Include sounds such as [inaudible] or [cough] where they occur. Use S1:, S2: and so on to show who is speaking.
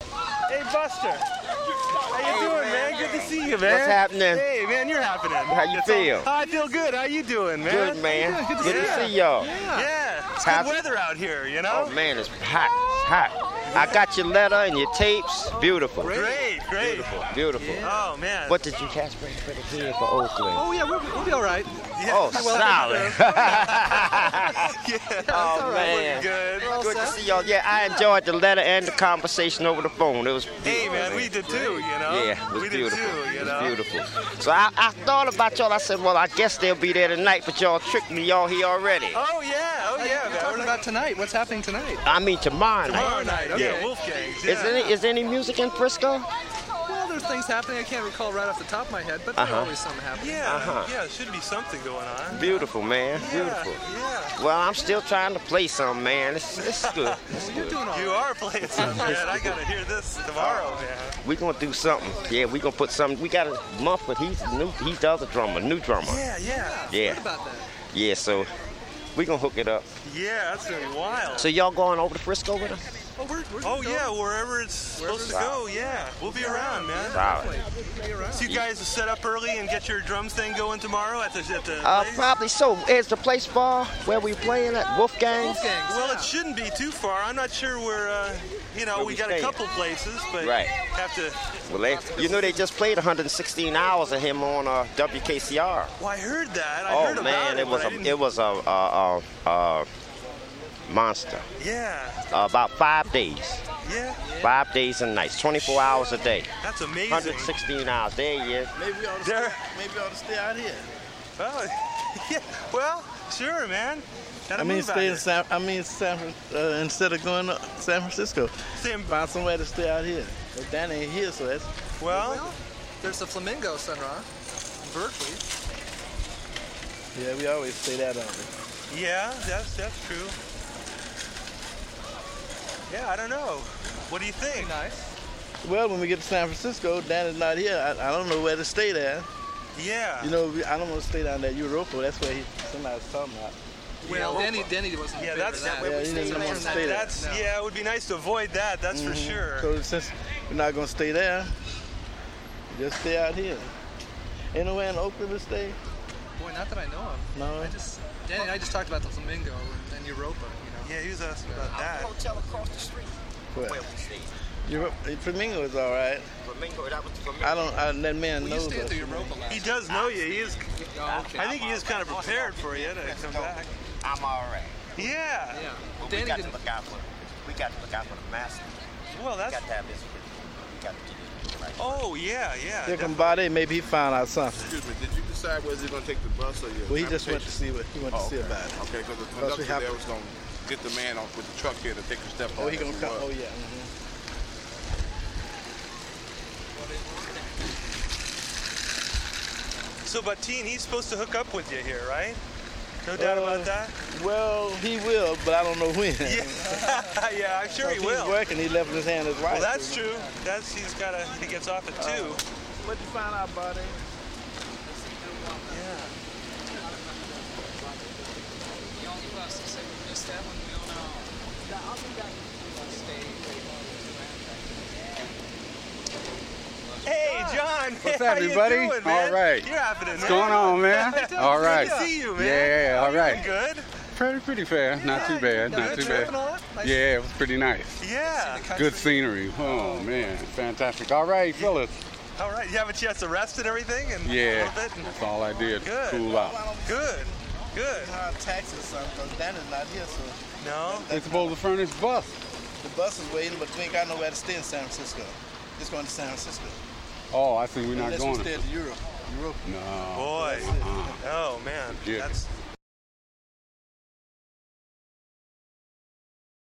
S1: Big Buster. How you doing, man? Good to see you, man.
S2: What's happening?
S1: Hey, man, you're happening.
S2: How you
S1: That's
S2: feel?
S1: all- I feel good. How you doing, man?
S2: Good, man. Good to see y'all.
S1: Yeah. It's good
S2: Happy-
S1: weather out here, you know?
S2: Oh, man, it's hot. It's hot. I got your letter and your tapes. Beautiful.
S1: Great, great.
S2: Beautiful.
S1: Oh, man.
S2: What did you guys bring for the kid for Oakland?
S3: Oh yeah, we'll be, we'll be all right.
S1: [laughs]
S2: Oh, [laughs] solid.
S1: Yeah.
S2: oh,
S1: Looking
S2: man.
S1: good.
S2: Good to see y'all. Yeah, I enjoyed the letter and the conversation over the phone. It was beautiful.
S1: Hey, man, we did too, you know?
S2: Yeah, it was
S1: we did
S2: beautiful.
S1: too, you
S2: it was
S1: know?
S2: beautiful. So I, I thought about y'all. I said, well, I guess they'll be there tonight, but y'all tricked me. Y'all here already.
S1: Oh, yeah. Oh, yeah,
S3: We're
S1: man.
S3: talking about tonight. What's happening tonight?
S2: I mean, tomorrow night.
S1: Tomorrow night. Okay,
S2: Yeah.
S1: Wolfgangs. Oh, Yeah.
S2: Is there, any, is there any music in Frisco?
S3: Well, there's things happening I can't recall right off the top of my head, but there's
S2: Uh-huh.
S3: always something happening.
S1: Yeah,
S2: Uh-huh.
S1: yeah, there should be something going on.
S2: Beautiful, man.
S1: Yeah,
S2: Beautiful.
S1: Yeah.
S2: Well, I'm still trying to play some, man. It's, it's good. It's good.
S1: You are playing something, man. I gotta hear this tomorrow, man.
S2: We're gonna do something. Yeah, we're gonna put something. We got a Mumford. He's new. He's the other drummer, new drummer.
S1: Yeah, yeah.
S3: What
S2: Yeah,
S3: about that?
S2: yeah. So we gonna hook it up.
S1: Yeah, that's gonna be wild.
S2: So y'all going over to Frisco with us?
S3: Well, we're, we're
S1: Oh
S3: going-
S1: yeah, wherever it's supposed to go, yeah. We'll be around, man.
S2: Wow.
S3: Be around.
S1: So you guys set up early and get your drums thing going tomorrow at the at the
S2: Uh,
S1: place?
S2: probably so. Is the place far where we playing at Wolfgang?
S3: Wolfgangs,
S1: Well,
S3: yeah.
S1: it shouldn't be too far. I'm not sure where, uh, you know,
S2: Where
S1: we
S2: we
S1: got a
S2: staying.
S1: couple places, but
S2: Right.
S1: have to.
S2: Well, they, you know they just played 116 hours of him on uh, WKCR.
S1: Well, I heard that. I heard
S2: oh
S1: about
S2: man,
S1: it.
S2: it was
S1: but I
S2: a
S1: didn't-
S2: it was a, a, a, a monster. Uh,
S1: yeah,
S2: about five days,
S1: yeah.
S2: five days and nights, 24 hours a day,
S1: That's amazing.
S2: 116 hours. There he is.
S4: Maybe we ought to
S1: There-
S4: stay, maybe we ought to stay out here.
S1: Oh, [laughs] yeah. Well, sure, man. Gotta
S4: I mean,
S1: move out
S4: stay in
S1: here.
S4: San. I mean, San. Fran- Uh, instead of going to San Francisco,
S1: Same-
S4: find somewhere to stay out here. But that ain't here, so that's.
S1: Well,
S3: Well, there's the flamingo, Sunra. Berkeley.
S4: Yeah, we always say that on it.
S1: yeah, that's that's true. Yeah, I don't know. What do you think?
S3: Pretty nice.
S4: Well, when we get to San Francisco, Dan is not here. I, I don't know where to stay there.
S1: Yeah.
S4: You know, we, I don't want to stay down there at Europa. That's where he, somebody's talking about.
S3: Well,
S1: Yeah,
S3: Denny, Denny wasn't.
S1: Yeah,
S3: in favor
S1: that's
S3: of
S1: not
S3: that.
S1: where
S4: we Yeah, Mm-hmm. he stayed doesn't last want to night. stay there.
S1: that's
S3: No.
S1: yeah. It would be nice to avoid that. That's for sure.
S4: So since we're not gonna stay there, just stay out here. Anywhere in Oakland to stay?
S3: Boy, not that I know of.
S4: No.
S3: I just Danny and I just talked about the flamingo and, and Europa. You know.
S1: yeah, he was asking about that.
S2: Hotel across the street.
S4: Where?
S2: Where we stayed.
S4: Europa, Flamingo is all right.
S2: Flamingo, that was the Flamingo.
S4: I
S3: Uh,
S4: don't. I, that man
S3: Well, you
S4: knows
S3: stayed at
S4: us.
S3: the Europa last.
S1: He does know you. He is.
S3: Oh, okay.
S1: I think he is kind of prepared for you to come back.
S2: I'm all right.
S1: Yeah.
S3: yeah.
S2: But we
S3: Danny
S2: got to
S3: didn't.
S2: look out for. We got to look out for the master.
S1: Well,
S2: We
S1: that's.
S2: got to have this. We got to do this right.
S1: Oh yeah, yeah.
S4: Here come Body, maybe he found out something.
S5: Excuse me, did you decide whether you're gonna take the bus or your
S4: Well, he just went to
S5: transportation?
S4: see what he went to
S5: Oh,
S4: see about it.
S5: Okay, because the
S4: Plus we
S5: conductor
S4: have-
S5: there was gonna get the man off with the truck here to take a step.
S4: Oh,
S5: on
S4: he
S5: it
S4: gonna
S5: if
S4: come.
S5: was.
S4: Oh yeah. mhm.
S1: So Batin, he's supposed to hook up with you here, right? No doubt
S4: Well,
S1: about that.
S4: mm-hmm. Well, he will, but I don't know when.
S1: Yeah. [laughs] yeah, I'm sure he
S4: He's
S1: will. Well,
S4: working. He left his hand his wife.
S1: that's true. That's he's got to. He gets off at two.
S4: What you find out, Body?
S1: Hey, John. [laughs]
S6: What's
S1: hey,
S6: up,
S1: how you
S6: everybody?
S1: doing, man?
S6: All right.
S1: You're happening.
S6: What's going on, man? All
S1: [laughs]
S6: right.
S1: Good to see you, man.
S6: Yeah, all
S1: Doing
S6: right.
S1: Good.
S6: Pretty, pretty fair. Not too bad.
S1: Yeah,
S6: Not
S1: good
S6: too
S1: trip and
S6: bad.
S1: all that? Nice-
S6: Yeah, it was pretty nice.
S1: Yeah.
S6: Good scenery. Oh man, fantastic. All right, fellas.
S1: All right. You have a chance to rest and everything, and
S6: Yeah,
S1: a little bit.
S6: that's all I did.
S1: Good.
S6: Cool out.
S1: And good. Good.
S4: High taxes, son, because Dan is not here, so
S1: No.
S6: They supposed to furnish bus.
S4: the bus is waiting, but we ain't got nowhere to stay in San Francisco. Just going to San Francisco.
S6: Oh, I see. We're not
S4: Unless we
S6: going.
S4: stay at the Europe. Europe.
S6: No.
S1: Boy.
S6: Uh-uh.
S1: Oh man.
S6: Yeah.
S1: That's